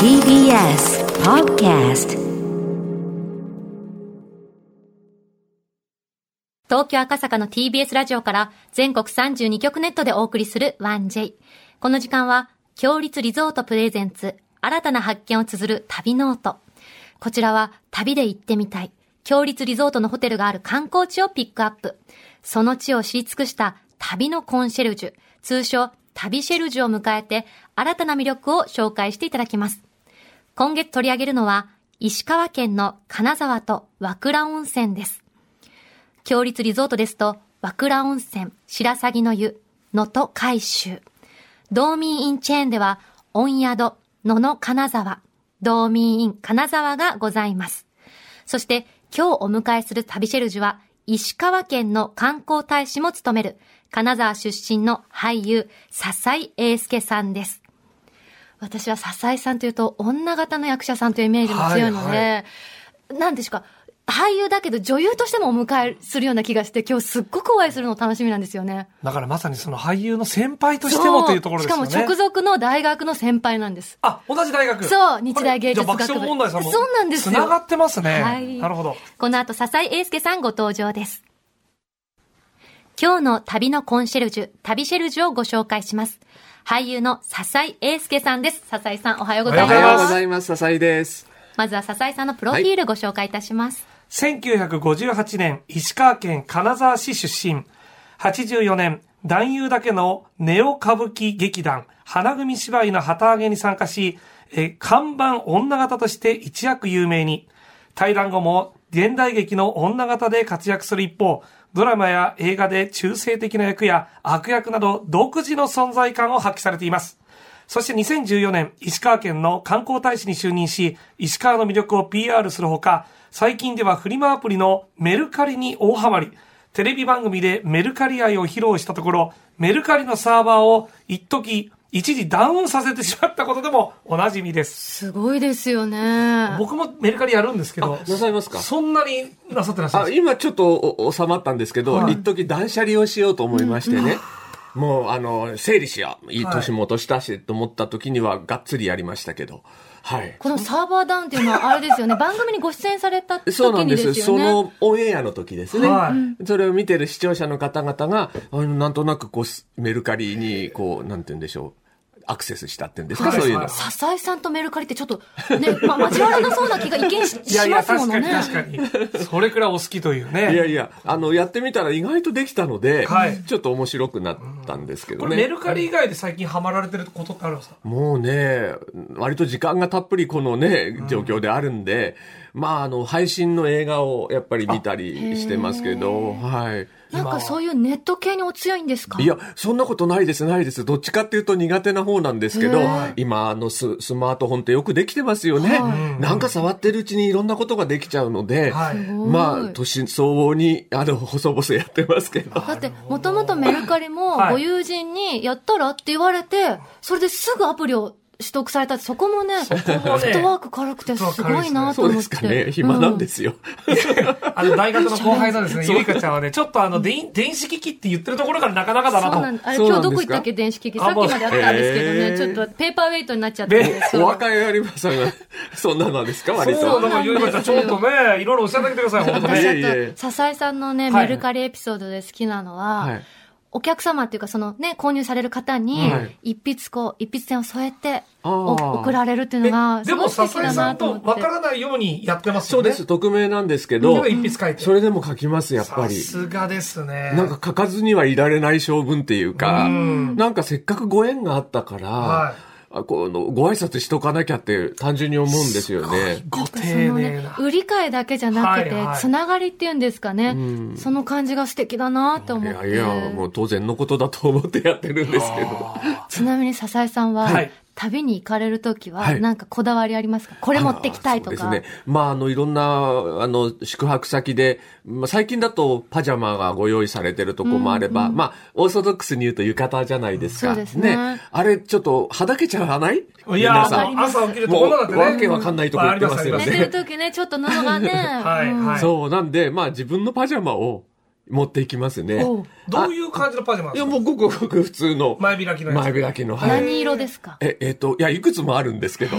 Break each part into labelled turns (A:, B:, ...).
A: TBS Podcast
B: 東京赤坂の TBS ラジオから全国32局ネットでお送りする 1J。この時間は、強立リゾートプレゼンツ、新たな発見を綴る旅ノート。こちらは、旅で行ってみたい、強立リゾートのホテルがある観光地をピックアップ。その地を知り尽くした旅のコンシェルジュ、通称旅シェルジュを迎えて、新たな魅力を紹介していただきます。今月取り上げるのは、石川県の金沢と和倉温泉です。強立リゾートですと、和倉温泉、白鷺の湯、能登海舟。道民インチェーンでは、温宿、野の金沢、道民イン金沢がございます。そして、今日お迎えする旅シェルジュは、石川県の観光大使も務める、金沢出身の俳優、笹井英介さんです。私は笹井さんというと、女型の役者さんというイメージも強いので、
C: はい
B: なんですか、俳優だけど女優としてもお迎えするような気がして、今日すっごくお会いするの楽しみなんですよね。
C: だからまさにその俳優の先輩としてもというところですよね。
B: しかも直属の大学の先輩なんです。
C: あ、同じ大学。
B: そう日大芸術学部
C: あれじゃあ爆笑問題さんも。
B: そうなんですよ
C: 繋がってますね。
B: はい
C: なるほど。
B: この後、笹井英介さんご登場です。今日の旅のコンシェルジュ、旅シェルジュをご紹介します。俳優の笹井英介さんです。笹井さん、おはようござい
D: おはよう
B: ま
D: ご
B: す。
D: ざいます。笹井です。
B: まずは笹井さんのプロフィールご紹介いたします。
C: 1958年、石川県金沢市出身。84年、男優だけのネオ歌舞伎劇団、花組芝居の旗揚げに参加し、えー看板女型として一躍有名に。対談後も現代劇の女型で活躍する一方、ドラマや映画で中性的な役や悪役など独自の存在感を発揮されています。そして2014年、石川県の観光大使に就任し、石川の魅力を PR するほか、最近ではフリマアプリのメルカリに大ハマり、テレビ番組でメルカリ愛を披露したところ、メルカリのサーバーを一時、一時ダウンさせてしまったことでもおなじみです。
B: すごいですよね。
C: 僕もメルカリやるんですけど、
D: なさいますか
C: そんなになさってらっしゃるん
D: あ、
C: です
D: 今ちょっとおお収まったんですけど、一時断捨離をしようと思いましてね。もう、あの、整理しよう。いい年も年だし、と思った時には、がっつりやりましたけど。はい。
B: このサーバーダウンっていうのはあれですよ ね。番組にご出演された時
D: そうなん
B: に
D: で
B: です
D: す。
B: よね。
D: そのオンエアの時ですね。
C: はい
D: それを見てる視聴者の方々が、あのなんとなくこうす、メルカリに、こう、なんて言うんでしょう。アクセスしたっていうんですか、
C: はい
D: そういうの
C: はい。
B: 笹井さんとメルカリってちょっとね、 まあ、交わらなそうな気が一見し
C: いやい
B: し
C: や、
B: ますもの
C: 確かに
B: ね。
C: 確かに。それくらいお好きというね。
D: いやいや、あの、やってみたら意外とできたので、
C: はい
D: ちょっと面白くなったんですけど
C: こ
D: ね。
C: れメルカリ以外で最近ハマられてることってあるんですか
D: もうね、割と時間がたっぷりこのね、状況であるんで、まあ、あの、配信の映画をやっぱり見たりしてますけど、はい。
B: なんかそういうネット系にお強いんですか
D: いや、そんなことないです、ないです。どっちかっていうと苦手な方なんですけど
B: へ、
D: 今、あのス、スマートフォンってよくできてますよね。なんか触ってるうちにいろんなことができちゃうので、
C: はい
B: すごい
D: まあ、年相応に、あの、細々やってますけど。
B: だって、もともとメルカリも
C: はい
B: ご友人にやったらって言われて、それですぐアプリを取得されたって、そこもね、フ
C: もね
B: ットワーク軽くてすごいなと
D: そ
B: 思
D: う
B: って。
D: ですかね。暇なんですよ。
C: あの、大学の後輩の ですね、ゆいかちゃんはね、ちょっとあの、電電子機器って言ってるところからなかなか
B: う
C: だ
B: ん。そうな
C: なんと。
B: だ。あれ、
D: そう
B: 今日
D: なんですか
B: どこ行ったっけ電子機器。さ
C: あ
B: っきまであったんですけどね、
D: へー
B: ちょっとペーパーウェイトになっちゃって。
C: で
B: そう
D: お若い有馬さんが、そんなのですか割と。
C: そう、
B: な
C: だからゆいかちゃん、ちょっとね、いろいろ教えてあげてください、本当
B: 私
C: ね。
D: い
B: だ
D: えい
B: と
D: え、
B: 笹井さんのね、
C: はい
B: メルカリエピソードで好きなのは、
D: はい
B: お客様っていうか、そのね、購入される方に
D: はい、
B: 一筆こう、一筆線を添えて、
D: あー
B: お送られるっていうのが、
C: え
B: す
C: で
B: ごい
C: も、
B: 素敵
C: 笹井
B: だ
C: さ
B: なんと思
C: と
B: っ
C: 分
B: て
C: か。らないようにやってます
D: そ
C: よ
D: う
C: ね。
D: です。匿名なんですけ
C: で
D: ど
C: も、一筆書いて。
D: それでも書きます、やっぱ
C: さ
D: り。
C: すがですね。
D: なんか書かずにはいられない性分っていうか、
C: うん
D: なんかせっかくご縁があったから、
C: はい
D: あこのご挨拶しとかなきゃって単純に思うんですよね。
C: ご丁
B: その
C: 寧
B: ね
C: な、。
B: 売り買いだけじゃなくて、
C: はいはい
B: つながりっていうんですかね、その感じが素敵だなと
D: い
B: 思っ
D: や
B: て。
D: いや、もう当然のことだと思ってやってるんですけど。
B: ちなみに笹井さんは、
C: はい
B: 旅に行かれるときは、
D: はい
B: なんかこだわりありますかこれ持ってきたいと
D: あそ
B: か。
D: うですね。まあ、あの、いろんな、あの、宿泊先で、まあ、最近だとパジャマがご用意されてるとこもあれば、まあ、オーソドックスに言うと浴衣じゃないです
B: そ
D: か。
B: うですね
D: あれ、ちょっと、はだけちゃわない
C: いや
D: 皆さ
C: ー、
D: ん
C: もう朝起きると
D: も
C: こ
D: う、
C: ろなんてね。
D: わけわかんないとこ行ってますよ
C: あ
B: 寝
C: りますあり
B: て
D: ね
B: る。ときね、ちょっと喉がね、
C: はい、はい。
D: そう、なんで、まあ自分のパジャマを持っていきますね。
C: どういう感じのパジャマなん
D: い
C: です
D: や、
C: か
D: もうごくごく普通の。
C: 前開きのやつ
D: 前開きの。はい。
B: 何色ですか
D: え、えっ、と、いや、いくつもあるんですけど。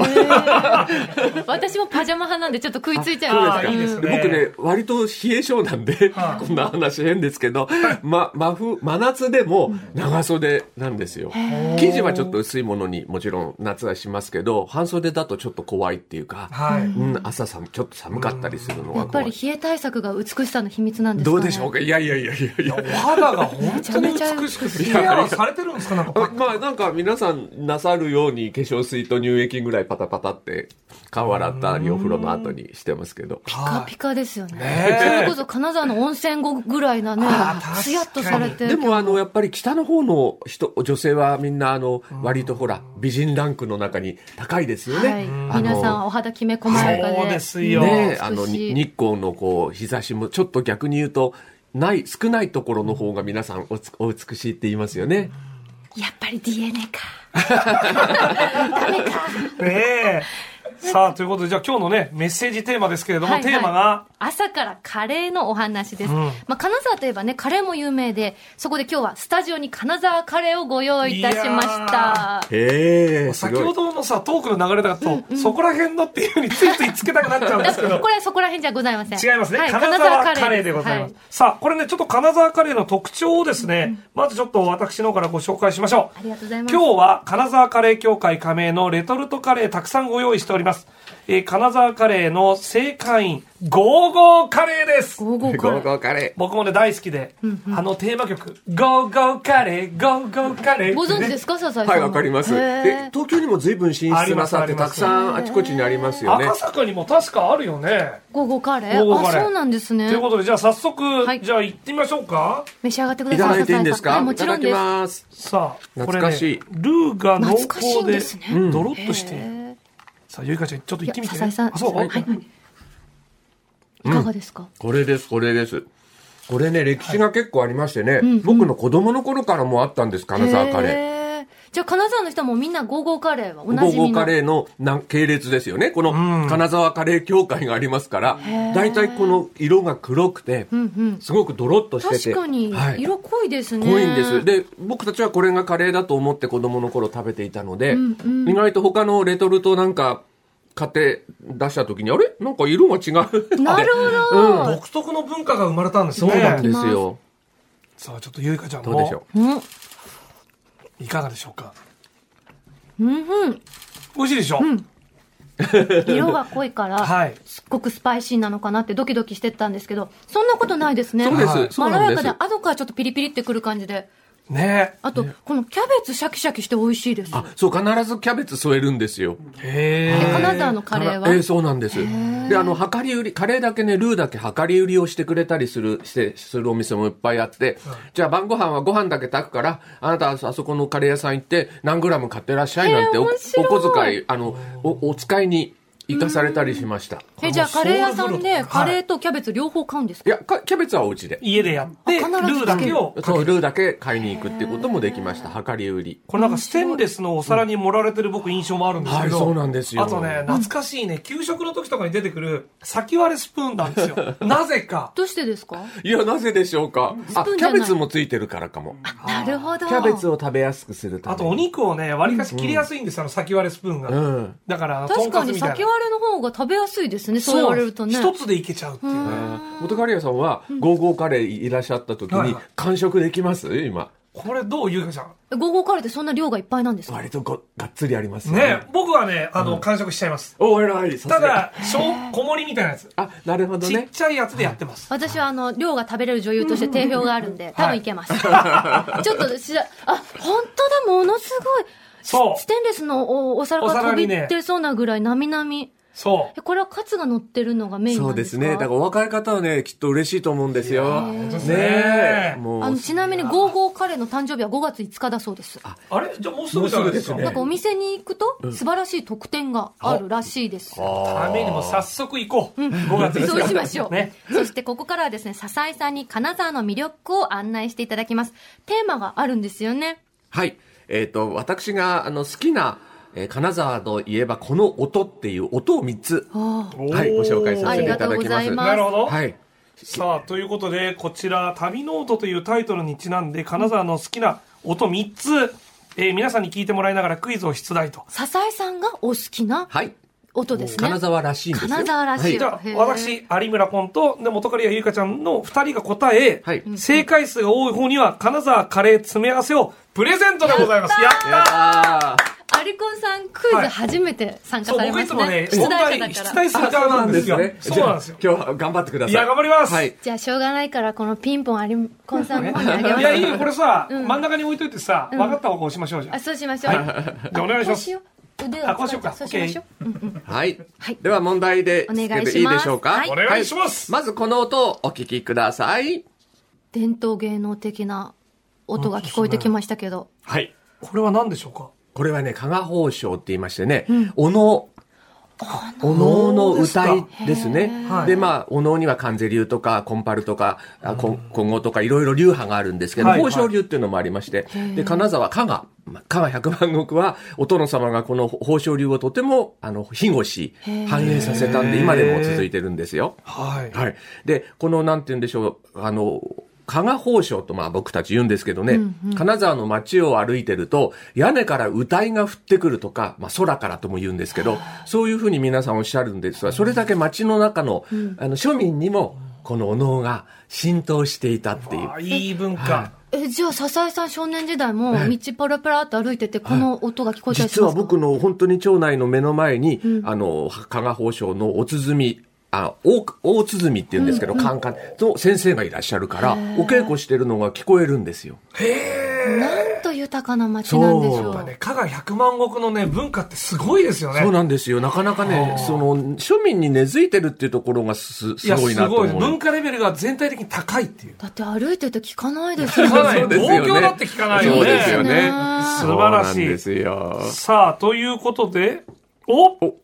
B: 私もパジャマ派なんでちょっと食いついちゃい
C: あ
B: ま
C: あ
B: した
C: いいですね。
D: 僕ね、割と冷え性なんで、
C: はい
D: こんな話変ですけど、ま、真冬、真夏でも長袖なんですよ。生地はちょっと薄いものにもちろん夏はしますけど、半袖だとちょっと怖いっていうか、
C: はい。
D: うん、朝寒、ちょっと寒かったりするの
B: や
D: は
B: っぱ
D: 怖
B: り
D: い。
B: 冷え対策が美しさの秘密なんですか
D: ど
B: ね
D: うでしょうかいやいやいやいやいや。
C: お肌が本当に美しくて、
D: めちゃめちゃ美しい
C: ケアはされてるんですかなんかパ
D: あ
C: ッ
D: まあなんか皆さんなさるように化粧水と乳液ぐらいパタパタって顔洗ったりお風呂の後にしてますけど。
B: ピカピカですよね
C: ねえ
B: それこそ金沢の温泉後ぐらいなね
C: あー
B: ツヤっとされて
D: でもあのやっぱり北の方の人女性はみんなあの割とほら美人ランクの中に高いですよね。
B: はい
D: あの
B: 皆さんお肌きめ細やかで
C: そうですよ
D: ね
B: 美しい
D: あのに日光のこう日差しもちょっと逆に言うとない少ないところの方が皆さんおつお美しいって言いますよね。
B: やっぱり DNA か
C: ねえ。さあ、ということで、じゃあ今日のね、メッセージテーマですけれども、
B: はいはい
C: テーマが、
B: 朝からカレーのお話です、まあ、金沢といえばねカレーも有名でそこで今日はスタジオに金沢カレーをご用意いたしました
D: へえ。
C: 先ほどのさ、トークの流れだと、そこら辺のっていうふうについついつけたくなっちゃうんですけ ど。
B: これはそこら辺じゃございません
C: 違いますね、
B: はい
C: 金沢カレーでございます、
B: は
C: さあこれねちょっと金沢カレーの特徴をですね、まずちょっと私の方からご紹介しましょう
B: ありがとうございます
C: 今日は金沢カレー協会加盟のレトルトカレーたくさんご用意しております、えー金沢カレーの正会員ゴーゴーカレーです
B: ゴーゴーカレー
D: ゴーカレー。
C: 僕もね大好きで、あのテーマ曲「ゴーゴーカレーゴーゴーカレー」
B: ご存知ですすか笹井さん
D: はい、わかります。
B: へ
D: で
B: ー、
D: 東京にも随分進出なさって、たくさんあちこちにありますよね。
C: 赤坂にも確かあるよね
B: ゴーゴーカレー
C: ゴーゴーカレー
B: あそうなんです
C: と
B: ね
C: いうことでじゃあ早速、
B: い
C: じゃあ行ってみましょうか
B: 召し上がってくだ
D: いた
B: さい
D: だいていいんです
B: 笹井さ
D: か
B: はい、も
D: い
B: ち
D: た
B: ろ
D: だ
B: ん
D: き
B: です
D: ます。
C: さあこれ
D: 懐かしい
C: ねルーが濃
B: 懐かしい
C: 厚
B: ん
C: で
B: ですね
C: ドロッとしている、
B: へ
C: さあゆいかちゃんちょっと行ってみて、
B: いや笹井さん
C: あそう、
B: はい
C: はい
B: ーいかがですか、
D: これです、これです。これね、歴史が結構ありましてね、僕の子供の頃からもうあったんです、金沢カレー。
B: へーじゃあ金沢の人はもうみんなゴーゴーカレーはお
D: ゴ
B: な
D: ー
B: じみの
D: ゴーカレーのなん系列ですよね。この金沢カレー協会がありますから、大体この色が黒くて、すごくドロッとしてて。
B: 確かに
D: はい
B: 色濃いですね、
D: 濃いんです。で、僕たちはこれがカレーだと思って子供の頃食べていたので、意外と他のレトルトなんか買って出した時に、あれなんか色が違う。
B: なるほど、
C: 独特の文化が生まれたんですね
D: そうなん
B: ね
D: ですよ。
C: さあちょっとゆいかちゃんも
D: どうでしょ
B: うん
C: いかがでしょうか
B: うんうん、
C: 美味しいでしょ、
B: 色が濃いから、
C: はい
B: すっごくスパイシーなのかなってドキドキしてたんですけど、そんなことないですね。
D: そうです
B: はい
D: そうなんです
B: まろやかで、後からちょっとピリピリってくる感じで。
C: ね
B: あと、このキャベツシャキシャキして美味しいです。
D: う。あ、そう、必ずキャベツ添えるんですよ。
C: えへ
B: え
C: え
B: 金沢のカレーは
D: えーそうなんです。で、あの、量り売り、カレーだけね、ルーだけ量り売りをしてくれたりする、して、するお店もいっぱいあって、じゃあ晩ご飯はご飯だけ炊くから、あなたあそこのカレー屋さん行って、何グラム買ってらっしゃいなんて、
B: えー
D: お
B: 面白い
D: お小遣い、あの、お、お使いに行かされたりしました。
B: え、じゃあカレー屋さん
C: は
B: で
C: い
B: カレーとキャベツ両方買うんですか、
D: いや、かキャベツはお家で。
C: 家でやってル
B: あ必ず
C: ーだけを
D: そう、ルーだけ買いに行くっていうこともできました。量り売り。
C: これなんかステンレスのお皿に盛られてる僕印象もあるんですけど、
D: はいそうなんですよ
C: あとね懐かしいね給食の時とかに出てくる先割れスプーンなんです よなぜか
B: どうしてですか
D: いや、なぜでしょうか。あ、
B: プーン
D: キ
B: じゃ
D: ャ
B: ない
D: ベツもついてるからかも。
B: なるほど。
D: キャベツを食べやすくするため
C: あ
D: に。
C: とお肉をね割りかし切りやすいんです、あの先割れスプーンが、
D: うん。
C: だからと
B: 確
C: ん
B: か
C: かつ
B: に
C: みたいな
B: 先割れの方が食べやすいですね、そう言われるとね。
C: 一つでいけちゃうっていうね
D: 元カレ屋さんは、ゴーゴーカレーいらっしゃった時
C: はい
D: に
C: はい、
D: 完食できます今。
C: これどうゆうかちゃん
B: ゴーゴーカレーってそんな量がいっぱいなんですか
D: 割とご、がっつりありますよ
C: ね僕はねあの、完食しちゃいます
D: お、偉い。さ
C: た
D: すが
C: だ小小盛りみたいなやつ
D: あ、なるほど
C: ちっ
D: ね。
C: ちゃいやつでやってます、
B: 私はあの量が食べれる女優として定評があるんで、多分いけます。 ちょっとしらあ本当だものすごい。
C: そう
B: ステンレスのおお皿
C: お
B: が
C: 皿
B: 飛び
C: にね
B: 出そうなぐらいなみなみ。
C: そ
B: えこれはカツが乗ってるのがメイン
D: そ
B: な
D: うん
B: で
D: ですす
B: か。
D: ね。だからお若い方はね、きっと嬉しいと思うんですよ。
C: うですね
D: ねえ。も
B: あ
D: う
B: の、ちなみにゴーゴーカレーの誕生日は5月5日だそうです。
C: うあれじゃあもうすぐじゃないですか
D: もう
B: なん
D: す
B: かお店に行くと素晴らしい特典があるらしいです。
C: ためにも早速行こう、5月5日
B: そうしましょう。
C: ね
B: そしてここからはですね、笹井さんに金沢の魅力を案内していただきます。テーマがあるんですよね。
D: はい。えっ、と、私が、あの、好きな、えー金沢といえば、この音っていう音を3つ、
B: ああ
D: はい、ご紹介させていただ
B: ありがと
D: き
B: うございます
C: なるほど、
D: はい。
C: さあ、ということで、こちら、旅ノートというタイトルにちなんで、金沢の好きな音3つ、えー皆さんに聞いてもらいながらクイズを出題と。
B: 笹井さんがお好きな
D: はい。
B: 音ですね。
D: 金沢らしいんですよ。
B: 金沢らしい
C: じゃあ
B: へ、ー
C: 私、有村コンと、で、元刈谷ゆいかちゃんの2人が答え、
D: はい
C: 正解数が多い方には、金沢カレー詰め合わせをプレゼントでございます。やっ
D: はい。やったー
B: アリコンさんクイズ初めて参加
C: そう、
B: され
C: 僕
B: ま
C: い
B: す
C: つも
B: ね
C: ね。、
B: 出
C: 問
B: 題者
C: 題、
B: だか
C: 出
B: ら。
C: 題する側なんですよ。そうなんですよ。
D: 今日は頑張ってください。
C: いや頑張ります
D: はい。
B: じゃあしょうがないからこのピンポンアリコンさんの方にあげます。
C: いや、いいよ、これさ、
B: うん
C: 真ん中に置いといてさ、分かった方が押しましょうじゃん。
B: あ
C: じ
B: そうしましょう。
C: ゃあ、お願いし
B: こ
C: ま
B: うし
C: す。
B: よう。腕を
C: あこうしようか
B: そうしましょう。うんうん
D: はい
B: はい。
D: では問題で
B: お願いします
D: いいでしょうか。
B: はい
C: お願いします
D: まずこの音をお聞きください。
B: 伝統芸能的な音が聞こえてきましたけど、
D: はい。
C: これは何でしょうか
D: これはね、加賀宝章って言いましてね
B: うん、
D: おの、おのの歌いです
B: へ
D: ね
C: ー。
D: で、まあ、おのには関税流とか、コンパルとか、あこ今後とか、いろいろ流派があるんですけど、
C: はいはい
D: 宝章流っていうのもありまして、で、金沢、加賀、まあ加賀百万石は、お殿様がこの宝章流をとても、あの、庇護し
B: へー、
D: 繁栄させたんで、今でも続いてるんですよ。
C: はい。
D: はい。で、この、なんて言うんでしょう、あの、加賀宝章とまあ僕たち言うんですけどね、
B: うんうん
D: 金沢の街を歩いてると、屋根から歌いが降ってくるとか、まあ空からとも言うんですけど、そういうふうに皆さんおっしゃるんですが、それだけ街の中の、あの、庶民にも、このお能が浸透していたっていう
C: あ。ーいい文
D: は
C: 化。
B: えじゃあ笹井さん少年時代も
D: はい
B: 道パラパラっと歩いててこの音が聞こえたりし
D: 実
B: ま
D: は
B: すか、
D: 僕の本当に町内の目の前に、
B: うん
D: あの、加賀宝章のお鼓、あ、大、大鼓って言うんですけど、カンカンの先生がいらっしゃるから、お稽古してるのが聞こえるんですよ。
B: なんと豊かな街なんでしょ
D: そうう
C: やっぱね、加賀百万石のね、文化ってすごいですよね。
D: そうなんですよ。なかなかね、その、庶民に根付いてるっていうところがす、す
C: や
D: ごいなと思う。
C: すごい文化レベルが全体的に高いっていう。
B: だって歩いてて聞かないですよ
C: 聞かない
B: ね
D: そうですよね
C: 東京だって聞かないよね
D: そうですよね。
C: 素晴らしい
D: そうなんですよ。
C: さあ、ということで、お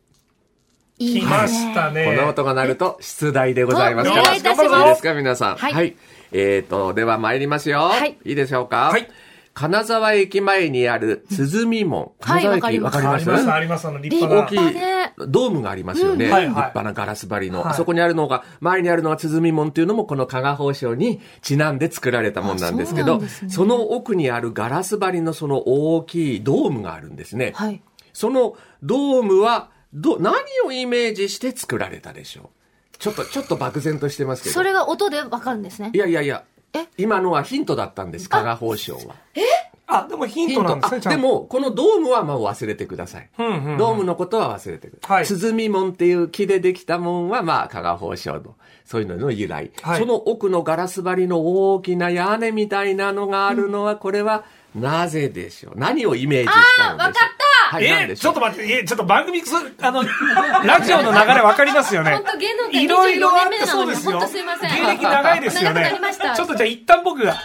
B: いい
C: 来
B: ね
C: ましたね。
D: この音が鳴ると、出題でございますから。
B: お願いいたします
D: いいですか、皆さん。
B: はい
D: えっ、と、では参りますよ。
B: はい
D: いいでしょうか。
C: はい
D: 金沢駅前にある鼓門。
B: はい
D: 金沢駅、
B: わ
D: わ
B: か
D: か
C: あ
D: ります
C: ります、あります、あの、立派
D: 大
C: な
D: き。い
B: 立派
D: ドームがありますよね。
C: うんはいはい
D: 立派なガラス張りの。
C: はい
D: あそこにあるのが、前にあるのが鼓門っていうのも、この加賀宝章にちなんで作られたもんなんですけ
B: あそう
D: ど、
B: なんで
D: そ
B: すね
D: の奥にあるガラス張りのその大きいドームがあるんですね。
B: はい
D: そのドームは、ど、何をイメージして作られたでしょうちょっと、ちょっと漠然としてますけど。
B: それが音でわかるんですね
D: いやいやいや
B: え。
D: 今のはヒントだったんです、加賀宝章は。
C: あ、でもヒントなんですね、
D: あ
C: ちゃんと
D: で、も、このドームはまあ忘れてください。
C: うんうんうん
D: ドームのことは忘れてくだ
C: は
D: さ
C: い
D: い。鼓門っていう木でできた門は、まあ、加賀宝章の、そういうのの由来。
C: はい
D: その奥のガラス張りの大きな屋根みたいなのがあるのは、これは、なぜでしょう何をイメージした
B: あ
D: のでしょう
B: ーわかった
D: はい、何
C: え
D: で
C: ー、
D: し
C: ち
D: ょ
C: ょっ
D: う
C: と待って、えー、ちょっと番組、そあの、 ラジオの流れ分かりますよね
B: 本当芸能。界
C: いろいろあ
B: 24
C: っ
B: 年目
C: て
B: な
C: そ
B: の
C: うで
B: に
C: すよ。
B: 本当すいません
C: 芸歴長いです
B: 長
C: よね。
B: くなりました
C: ちょっとじゃあ一旦僕が。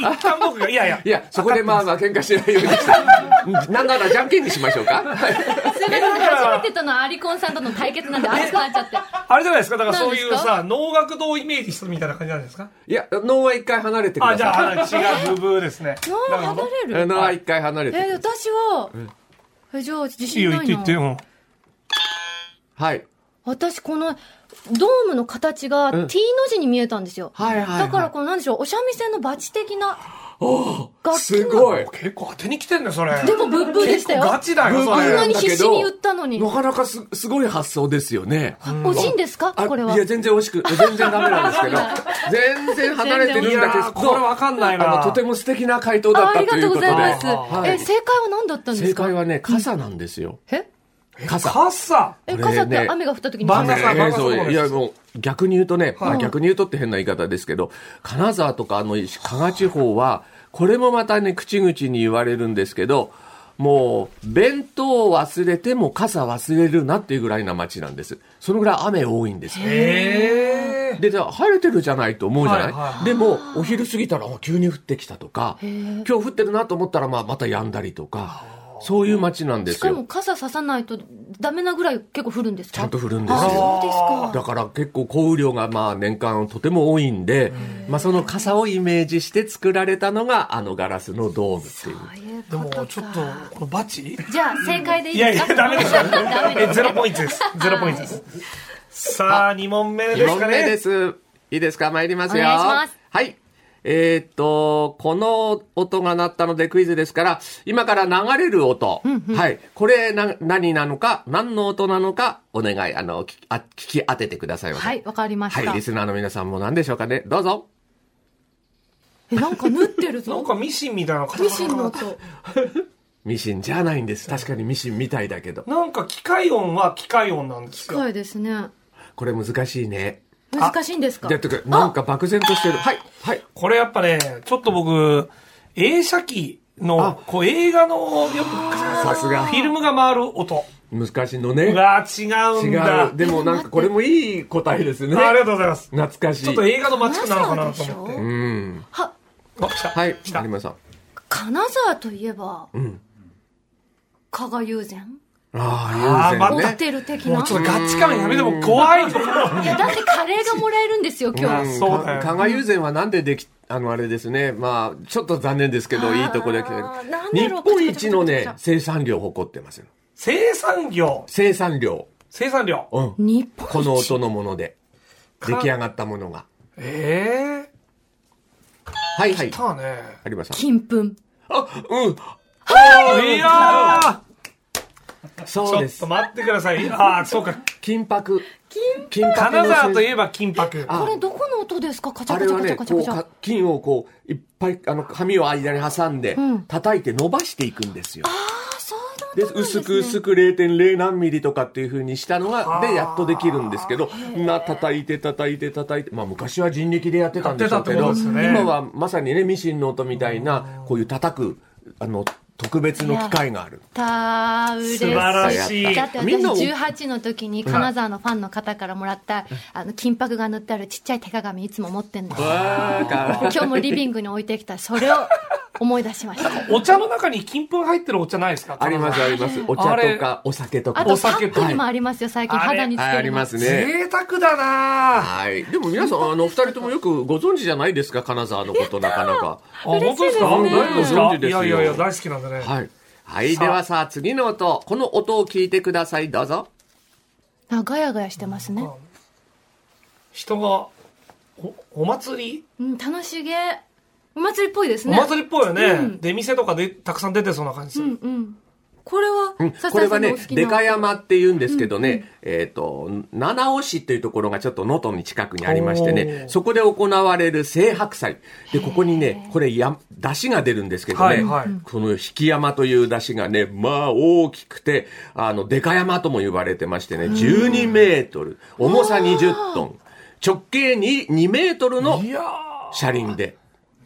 C: 一旦僕が、いやいや。
D: いや、そこでまあまあ喧嘩しないようにして。なんならじゃんけんにしましょうか。は
B: す
D: い
B: いません初めてとのアリコンさんとの対決なんで熱くなっちゃって
C: あれじゃないですか、だからそうい
B: 何
C: う
B: です
C: さ、能楽堂をイメージしたみたいな感じなんですか
D: いや、脳は一回離れてく
C: あ、
D: だ
C: じゃあ
D: さ
C: あの、違うブブーですね。
B: あー離れ
D: い。
B: る
D: 脳は一回離れてく
B: え
D: ださい。
B: 私はえじゃあ自
C: いい
B: 信
C: よ、
B: ない
C: 言
B: な
C: って言ってよ。
D: はい。
B: 私このドームの形が T
D: う
B: の
D: ん
B: 字に見えたんですよ、
D: はいはいはい
B: だからこの何でしょうお三味線のバチ的な楽器の
D: すごい。
C: 結構当てに来てんね、それ。
B: でもブッブーでしたよ
C: 結構ガチだよ、
D: ブ
C: そ
D: ーブー
B: こんな
C: れ。
B: に必死に言ったのに
D: なかなかすすごい発想ですよね。
B: おじんですか
D: あ
B: これはい
D: や、全然美味しく、全然ダメなんですけど、全然離れて
C: い
D: るんだ
C: や
D: け
C: ー、これ
D: ど、
C: わかんない
D: あ
C: な。
D: の、とても素敵な回答だ
B: あ
D: っ
B: あ
D: た
B: り
D: と
B: が
D: い
B: と
D: う
B: う
D: こ
B: ご
D: とで。
B: ざいます、
D: はい
B: え正解は何だったんですか
D: 正解はね、傘なんですよ。
B: え
D: 傘。
C: 傘。
B: え
D: これね
B: 傘って雨が降った時に
C: バンナさん
D: ね
C: 漫画そうです
D: そういやもう逆に言うとね、まあ逆に言うとって変な言い方ですけど、金沢とかあの加賀地方は、これもまたね、口々に言われるんですけど、もう、弁当を忘れても傘忘れるなっていうぐらいな街なんです。そのぐらい雨多いんです。
C: ええ。
D: で、じゃあ晴れてるじゃないと思うじゃない、
C: はいは
D: でも、お昼過ぎたらあ急に降ってきたとか、今日降ってるなと思ったら、まあまた止んだりとか、そういう街なんで
B: し
D: す
B: か
D: よ
B: も。傘ささないとダメなぐらい結構降るんですか
D: ちゃんと降るんですよ
B: あそうですか
D: だから結構降雨量がまあ年間とても多いんで、まあその傘をイメージして作られたのがあのガラスのドームっていう。
B: そういう
C: でも、
B: ことか
C: ちょっと、このバチ
B: じゃあ正解でいい
C: いやい
B: です
C: や、
B: か
C: ダメです。
B: ダメ
C: え
B: です
C: ゼロポイントです。ゼロポイントです。さあ、二問目です
D: 4
C: か
D: 名
C: ね
D: で。す。いいですか参りますよ。
B: お願いします
D: はい。えーっと、この音が鳴ったのでクイズですから、今から流れる音。はい。これな、何なのか、何の音なのか、お願い、あの、聞きあ聞き当ててくださいませ。
B: はい、わかりまし
D: は
B: た。
D: い。リスナーの皆さんも何でしょうかね。どうぞ。
E: え、なんか縫ってる
C: なん
E: ぞ。
C: かミシンみたいな
E: ミシンの音。
D: ミシンじゃないんです。確かにミシンみたいだけど。
C: なんか機械音は機械音なんです
E: 機
C: よ。
E: 械ですね。
D: これ難しいね。
E: 難しいんですか
D: やってくる。なんか漠然としてる。はい。はい。
C: これやっぱね、ちょっと僕、映写機の、こう映画のよく、
D: さすが
C: フィルムが回る音。
D: 難しいのね
C: う。わー違うんだ。
D: 違う。でもなんかこれもいい答えですね。
C: あありがとうございます。
D: 懐かしい。
C: ちょっと映画の街区なのかなと思って。
D: うん。
E: は、
C: あ来た
D: はい。
C: 来
D: 有
C: た。
D: 村さん。
E: 金沢といえば、
D: ん
E: 加賀友禅
D: あ
C: あー
D: あ、
E: モ
C: ま
D: 友
E: ク
D: 禅ね。
E: テル的
C: もう
E: な。
C: ちょっとガチ感やめても怖いところ。
E: いや、だってカレーがもらえるんですよ、今
C: あ
E: 日。
C: そうだよ
D: か加賀友禅はなんででき、あの、あれですね。まあ、ちょっと残念ですけど、いいとこで来てる
E: あーなんだ
D: 日
E: ろう
D: 本一の
E: カチャカチャカチャ
D: ね
E: カ、チ
D: 生産量を誇ってますよ。
C: 生産業、
D: 生産量。
C: 生産量。
D: うん。
E: 日本一
D: この音のもので。出来上がったものが。
C: ええ
D: はいは
C: ー、。
D: い
C: たね。
D: 有馬さん。
E: 金粉。
D: あ、うん。
C: いやー
D: そう
C: ちょ
D: で
C: っ
D: す
C: と。待ってください。ああ、そうか。
D: 金箔。金箔
C: 金
D: の生
C: 沢といえば金箔。
D: あ
E: これどこの音ですかカチャ
D: あ
E: カ
D: れ
E: チャ
D: は
E: カチ
D: ね、
E: ャカチャ
D: こ
E: カ
D: う
E: チャ
D: か。、金をこう、いっぱい、あの、紙を間に挟んで、
E: ん
D: 叩いて伸ばしていくんですよ。
E: あ、そうなん
D: で、
E: だ。
D: 薄く薄く0.0何ミリとかっていう風にしたのが、で、やっとできるんですけど、な、叩いて叩いて叩いて、まあ昔は人力でやってたんでしょうけ
C: や
D: ど、
C: ってたってことですよね
D: 今はまさにね、ミシンの音みたいな、こういう叩く、あの、特別の機械がある。
B: たー、嬉し
C: 素晴
B: い。
C: らしい
B: だ。って私
D: みんなを
B: 18の時に金沢のファンの方からもらった、あの金箔が塗ってあるちっちゃい手鏡いつも持ってんです
D: わー、かわい
B: 今日もリビングに置いてきたそれを思い出しました
C: お茶の中に金粉入ってるお茶ないですか
D: ありますあります。お茶
C: あれ
D: とか、お酒とか。
B: あ
C: お
B: とサ
C: 酒
B: ップにもありますよ最近
C: はい
B: 肌につ
D: はい、あ
B: け
D: り
B: る
D: ますね。
C: 贅沢だなあ
D: はい。でも皆さん、あの、二人ともよくご存知じゃないですか、金沢のこと、なかなか。
C: 本当ですか
D: 嬉しいですね
C: 大丈夫ですか
D: ご存知ですよ
C: いやいやいや、大好きなんでね。
D: はい。はい。ではさあ、次の音。この音を聞いてください。どうぞ。
B: あガヤガヤしてますね、
C: 人が、お、お祭り
E: うん、楽しげ。お祭りっぽいです
C: お
E: ね。
C: 祭りっぽいよ
E: う
C: ね。
E: ん
C: 出店とかでたくさん出てそうな感じす
E: う
C: る。
E: んうん。これは、
D: うん
E: 笹
D: これ
E: 井さ
D: は
E: んのお
D: ね
E: 好、きな
D: でか山って言うんですけどね、えっと、七尾市っていうところがちょっと能登に近くにありましてね
C: お、ー
D: そこで行われる青白祭。で、ここにね、これ、や、出汁が出るんですけど
C: はい
D: ね、
C: はい
D: この引き山という出汁がね、まあ大きくて、あの、でか山とも呼ばれてましてね、12メートル、重さ20トン、直径に2メートルの
C: いや
D: 車輪で。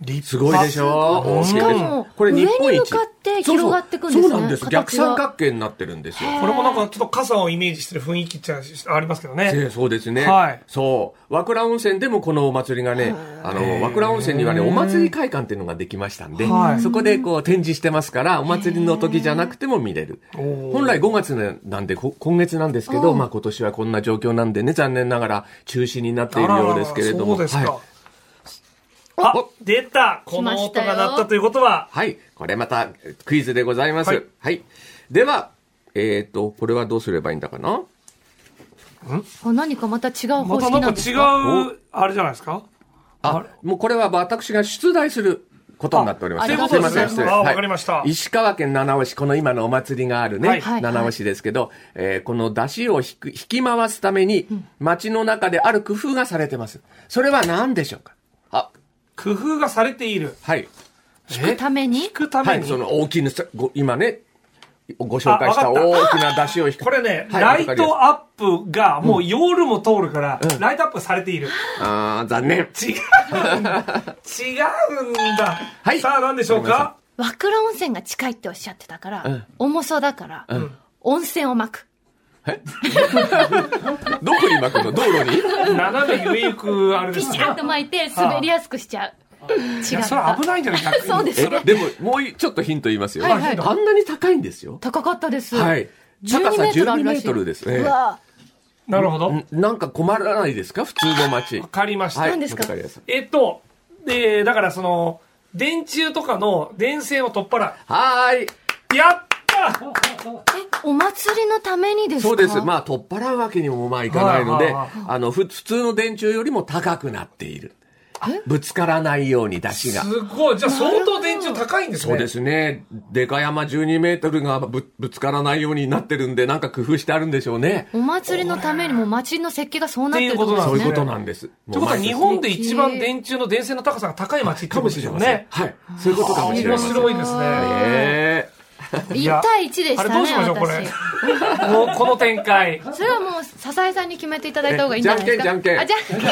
C: ー
D: すごいでしょ
C: うん
D: し
E: しかも
D: これ日本
E: 上に
D: 一
E: 向かって広がっていくんですね
D: そうそうそうなんで
E: 形
D: す。
E: が
D: 逆三角形になってるんですよ。
C: これもなんかちょっと傘をイメージしてる雰囲気っちゃありますけどね。
D: ええそうですね。
C: はい
D: そう。和倉温泉でもこのお祭りがね、あの、和倉温泉にはね、お祭り会館っていうのができましたんで、
C: はい
D: そこでこう展示してますから、お祭りの時じゃなくても見れる。
C: おー
D: 本来5月なんで、こ今月なんですけど、まあ今年はこんな状況なんでね、残念ながら中止になっているようですけれども。
C: あらららそうですか。
D: はい
C: あ
D: お、
C: 出たこの音が鳴ったということは、
D: はい。これまたクイズでございます。
C: は
D: はいい。では、えっ、と、これはどうすればいいんだかな
B: あ何かまた違う方
C: また
B: 式
C: な
B: なん
C: んか
B: です
C: 違
B: か
C: う、あれじゃないですか
D: あ、もうこれは私が出題することになっております。
B: あありが
D: す
B: と
D: いう
B: ご
D: ま
B: ざ
D: せ
B: い
D: ん、
B: ます
D: 失礼。
C: あ
D: はい
C: わかりました
D: 石川県七尾市、この今のお祭りがあるね、
C: はい
B: はい
D: 七尾市ですけど、えーこの出汁を引く、引き回すために、町の中である工夫がされてます。それは何でしょうかあ、
C: 工夫がされている。
D: はい。
B: 聞くために
C: 聞くた
D: は
C: め
D: い、
C: に
D: そ。の大きな、ご今ね、ご紹介し
C: あ
D: た
C: わか
D: 大きな出汁を引く。
C: これね、
D: はい
C: ライトアップがもう夜も通るから、ライトアップされている。
D: ああー、残念。
C: 違うんだ。違うんだ。
D: はい
C: さあ、何でしょうか
B: 和倉温泉が近いっておっしゃってたから、
D: ん
B: 重そうだから、温泉をまく
D: どこに巻くの道路に
C: 斜め上行く、あれで
B: ピ
C: す
B: シ
C: ね。
B: ャッと巻いて滑りやすくしちゃう、
C: い
B: 違
C: や
B: っ
C: それ
B: た
C: 危ないんじゃないか
B: そうです
D: え
B: ね、
D: でも、もういちょっとヒント言いますよ。
B: はいはい
D: あんなに高いんですよ。
B: 高かったです、
D: はい。
B: 12
D: 高さ
B: メートルあ
D: 12
B: る
D: メ
B: らしい
D: ートルですね
B: う。わ
C: なるほど。わ
D: んなんか困らないですか普通の街。
C: かりました。
D: はい
B: 何ですか
D: わりやすい
C: えっと、で、だからその、電柱とかの電線を取っ払
D: はーい。
C: う。やった
E: お祭りのためにですか
D: そうです。まあ、取っ払うわけにもまあいかないの
C: は
D: で、
C: いはい
D: あの、ふ普通の電柱よりも高くなっている。ぶつからないように出汁が。
C: すごい。じゃあ相当電柱高いんですね。
D: そうですね。でか山12メートルがぶぶつからないようになってるんで、なんか工夫してあるんでしょうね。
E: お祭りのためにも祭りの設計がそうなってる
C: っていうことなんで
D: そう
C: す
D: い
C: ね
D: うことなんです。
C: ということは日本で一番
E: 素敵
C: 電柱の電線の高さが高い町って
D: か
C: こと
D: も
C: で
D: し
C: す
D: れ
C: よ
D: ません
C: ね。。
D: はい。そういうことかもしれ
C: 面
D: ません。
C: 白いですね。
D: え
E: 一対一でしたね。
C: あれどうしましょうこれ
E: 私
C: もうこの展開。
E: それはもう笹井さんに決めていただいた方がいいんじ
D: じ
E: ゃ
D: ゃ
E: なんいで
D: け
E: す
D: ん
E: か。
D: じゃんけん。
E: あじゃんけん。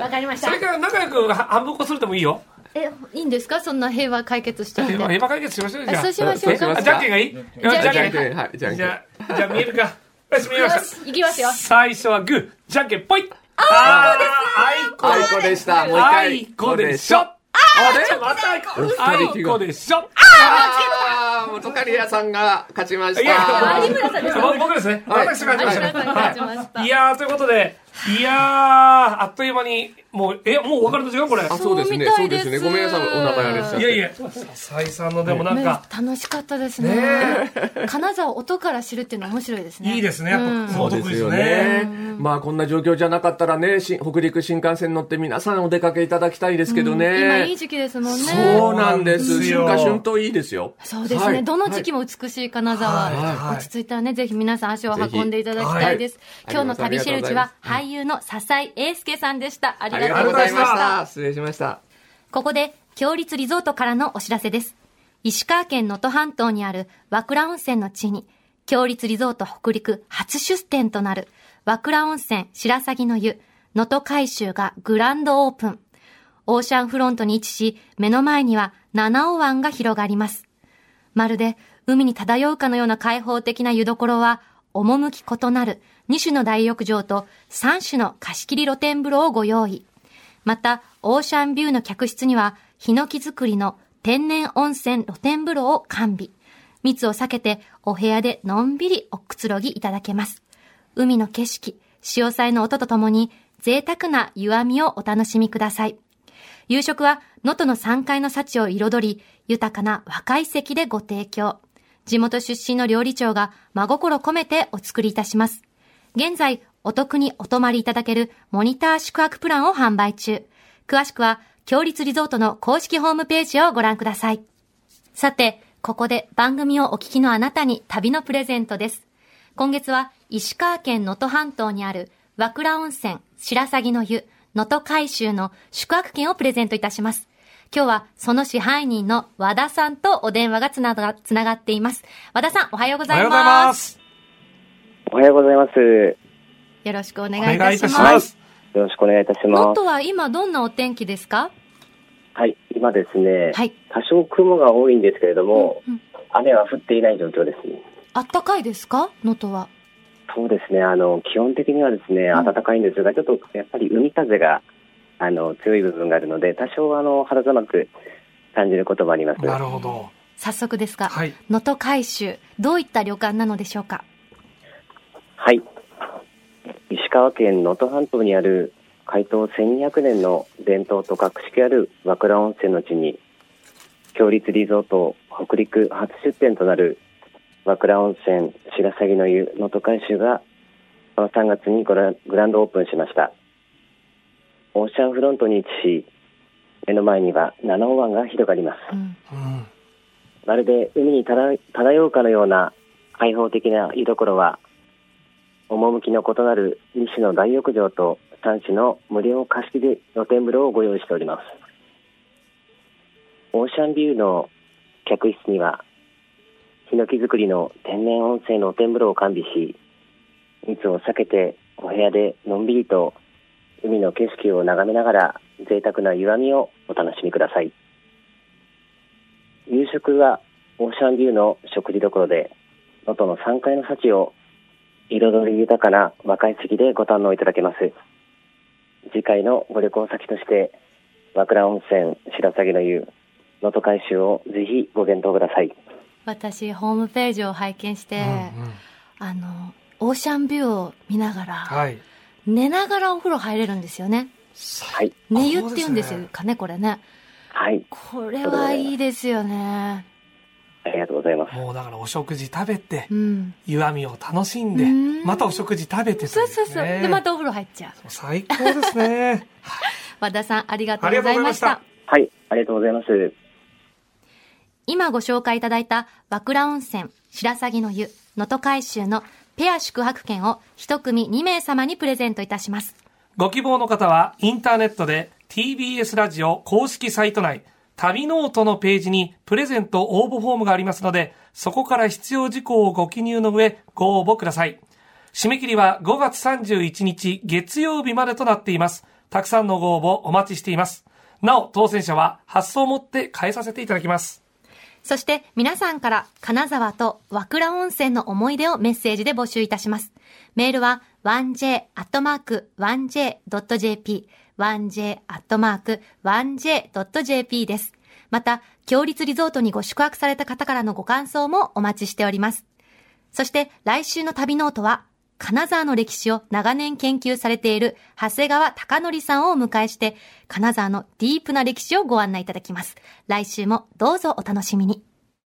E: わかりまし
C: そ
E: た
C: れ。から仲良く半分こするでもいいよ。
E: えいいんですかそんな平和解決しちゃって。
C: 平和解決しましょうよじゃ
E: あそうしましょう
D: そうし
E: か
D: ま
C: あ。
D: す
C: じゃんけんがいいじ
E: ゃんけん
D: じゃんけん。はい。じゃん
C: じ
D: けん。
C: ゃあ、じゃあ見えるか。よし、見えま
E: よ
C: し
E: しいきますよ
C: た。。最初はグー、じゃんけんぽい。あー、あ
D: あい
C: いこ。
D: こでした。もう一
C: あ
D: 回。
C: いこでしょ。あ
D: れ
C: れまたあいこ
D: 嘘
C: あいこでしょ。
D: ああ、もうトカリアさんが勝ちまし
C: いや
D: た。
E: 有村さんです
C: ぼ僕ですね。
D: はい
C: 私が勝ちま
E: 有村さん勝ちま
C: し。
E: したた
C: はいいやー、ということで、いやー、あっという間に、もう、え、もうお別れの時間これ。
D: あ、そうですね。
E: そ
D: そう
E: みた
D: う
E: い
D: で
E: です
D: すね。ごめんなさい。お名前あれしちゃっ
C: い
D: て
C: やいや、再三のでもなんか、
E: 楽しかったです
C: ね
E: ね。金沢を音から知るっていうのは面白いですね。
C: いいですね、やっぱ、
D: そう
C: お得
D: ですよね。まあこんな状況じゃなかったらね、新北陸新幹線乗って皆さんお出かけいただきたいですけどね。
E: 今いい時期ですもんね。
D: そうなんで
C: そうなん
D: す。
C: です
D: 春
C: よ
D: 夏春冬いいですよ。
E: そうです
D: は
E: ね。
D: い
E: どの時期も美しい金
C: はい
E: 沢。
C: はい
E: 落ち着いたらね、ぜひ皆さん足を運んでいただきたいです
D: ぜ。ひ
E: 今日の旅シェルジュは
D: は
E: 俳優の笹井英介さんでした。あり
D: あ
E: が
D: り
E: とうござ
D: が
E: い
D: とう
E: ます
D: ございまし
C: ありがとうござい
D: た。失礼しました。
B: ここで、強立リゾートからのお知らせです。石川県能登半島にある和倉温泉の地に、強立リゾート北陸初出店となる和倉温泉白鷺の湯、能登海舟がグランドオープン。オーシャンフロントに位置し、目の前には七尾湾が広がります。まるで海に漂うかのような開放的な湯どころは、趣異なる2種の大浴場と3種の貸し切り露天風呂をご用意。また、オーシャンビューの客室には、ヒノキ作りの天然温泉露天風呂を完備。密を避けて、お部屋でのんびりおくつろぎいただけます。海の景色、潮騒の音とともに、贅沢な湯あみをお楽しみください。夕食は、能登の3階の幸を彩り、豊かな和解席でご提供。地元出身の料理長が真心込めてお作りいたします。現在、お得にお泊まりいただけるモニター宿泊プランを販売中。詳しくは、強立リゾートの公式ホームページをご覧ください。さて、ここで番組をお聞きのあなたに旅のプレゼントです。今月は石川県能登半島にある和倉温泉白鷺の湯能登海舟の宿泊券をプレゼントいたします。今日はその支配人の和田さんとお電話がつながつながっています。和田さん、おはようご
C: お
B: ざ
C: はよ
B: いう
C: ございま
B: ます。
C: す。
F: おはようございます。よ
E: よろしくお願
C: お
E: いい
C: 願
E: た
C: いい
E: した
C: し
E: ます。
C: ます。
F: ろしくお願いいたし
E: 能
F: ます。
E: 登は今どんなお天気ですか
F: はい、今ですね、
E: はい。
F: 多少雲が多いんですけれども、雨は降っていない状況ですね。
E: あったかいですか能登は。
F: そうですね、あの、基本的にはですね、
E: うん
F: 暖かいんですが、ちょっとやっぱり海風が、あの、強い部分があるので、多少あの、肌寒く感じることもあります。
C: なるほど。
E: 早速ですが、
C: はい。
E: 能登海舟、どういった旅館なのでしょうか
F: はい。石川県能登半島にある開湯1200年の伝統と格式ある和倉温泉の地に、強立リゾート北陸初出店となる和倉温泉白鷺の湯能登海舟が、この3月にグラグランドオープンしました。オーシャンフロントに位置し、目の前には七尾湾が広がります。
E: うん。
C: うん。
F: まるで海に漂い漂うかのような開放的な居所は、趣の異なる2種の大浴場と3種の無料貸し切り露天風呂をご用意しております。オーシャンビューの客室には、ヒノキ作りの天然温泉露天風呂を完備し、密を避けてお部屋でのんびりと海の景色を眺めながら贅沢な湯あみをお楽しみください。夕食はオーシャンビューの食事どころで、能登の3階の幸を彩り豊かな若い席でご堪能いただけます。次回のご旅行先として、和倉温泉白鷺の湯、能登海舟をぜひご検討ください。
E: 私、ホームページを拝見して、
C: うんうん
E: あの、オーシャンビューを見ながら、
C: はい。
E: 寝ながらお風呂入れるんですよね。
F: はい。
E: 寝湯って言うんです
C: そうですね
E: かね、これね。
F: はい。
E: これはいいですよね。
F: ありがとうございます。
C: もうだからお食事食べて
E: う、ん。
C: 湯あみを楽しんで、
E: うん
C: またお食事食べてといね
E: そうそうそう。で、またお風呂入っちゃう。
C: 最高ですね。
B: 和田さん、ありがとうございまし
C: ありが
B: た
C: とう。
F: はい、ありがとうございます。
B: 今ご紹介いただいた和倉温泉、白鷺の湯、能登海舟のペア宿泊券を一組2名様にプレゼントいたします。
C: ご希望の方は、インターネットで TBS ラジオ公式サイト内、旅ノートのページにプレゼント応募フォームがありますので、そこから必要事項をご記入の上、ご応募ください。締め切りは5月31日月曜日までとなっています。たくさんのご応募お待ちしています。なお、当選者は発送をもって返させていただきます。
B: そして皆さんから金沢と和倉温泉の思い出をメッセージで募集いたします。メールは 1j.1j.jp 1j.1j.jp です。また、強立リゾートにご宿泊された方からのご感想もお待ちしております。そして来週の旅ノートは、金沢の歴史を長年研究されている長谷川貴則さんをお迎えして、金沢のディープな歴史をご案内いただきます。来週もどうぞお楽しみに。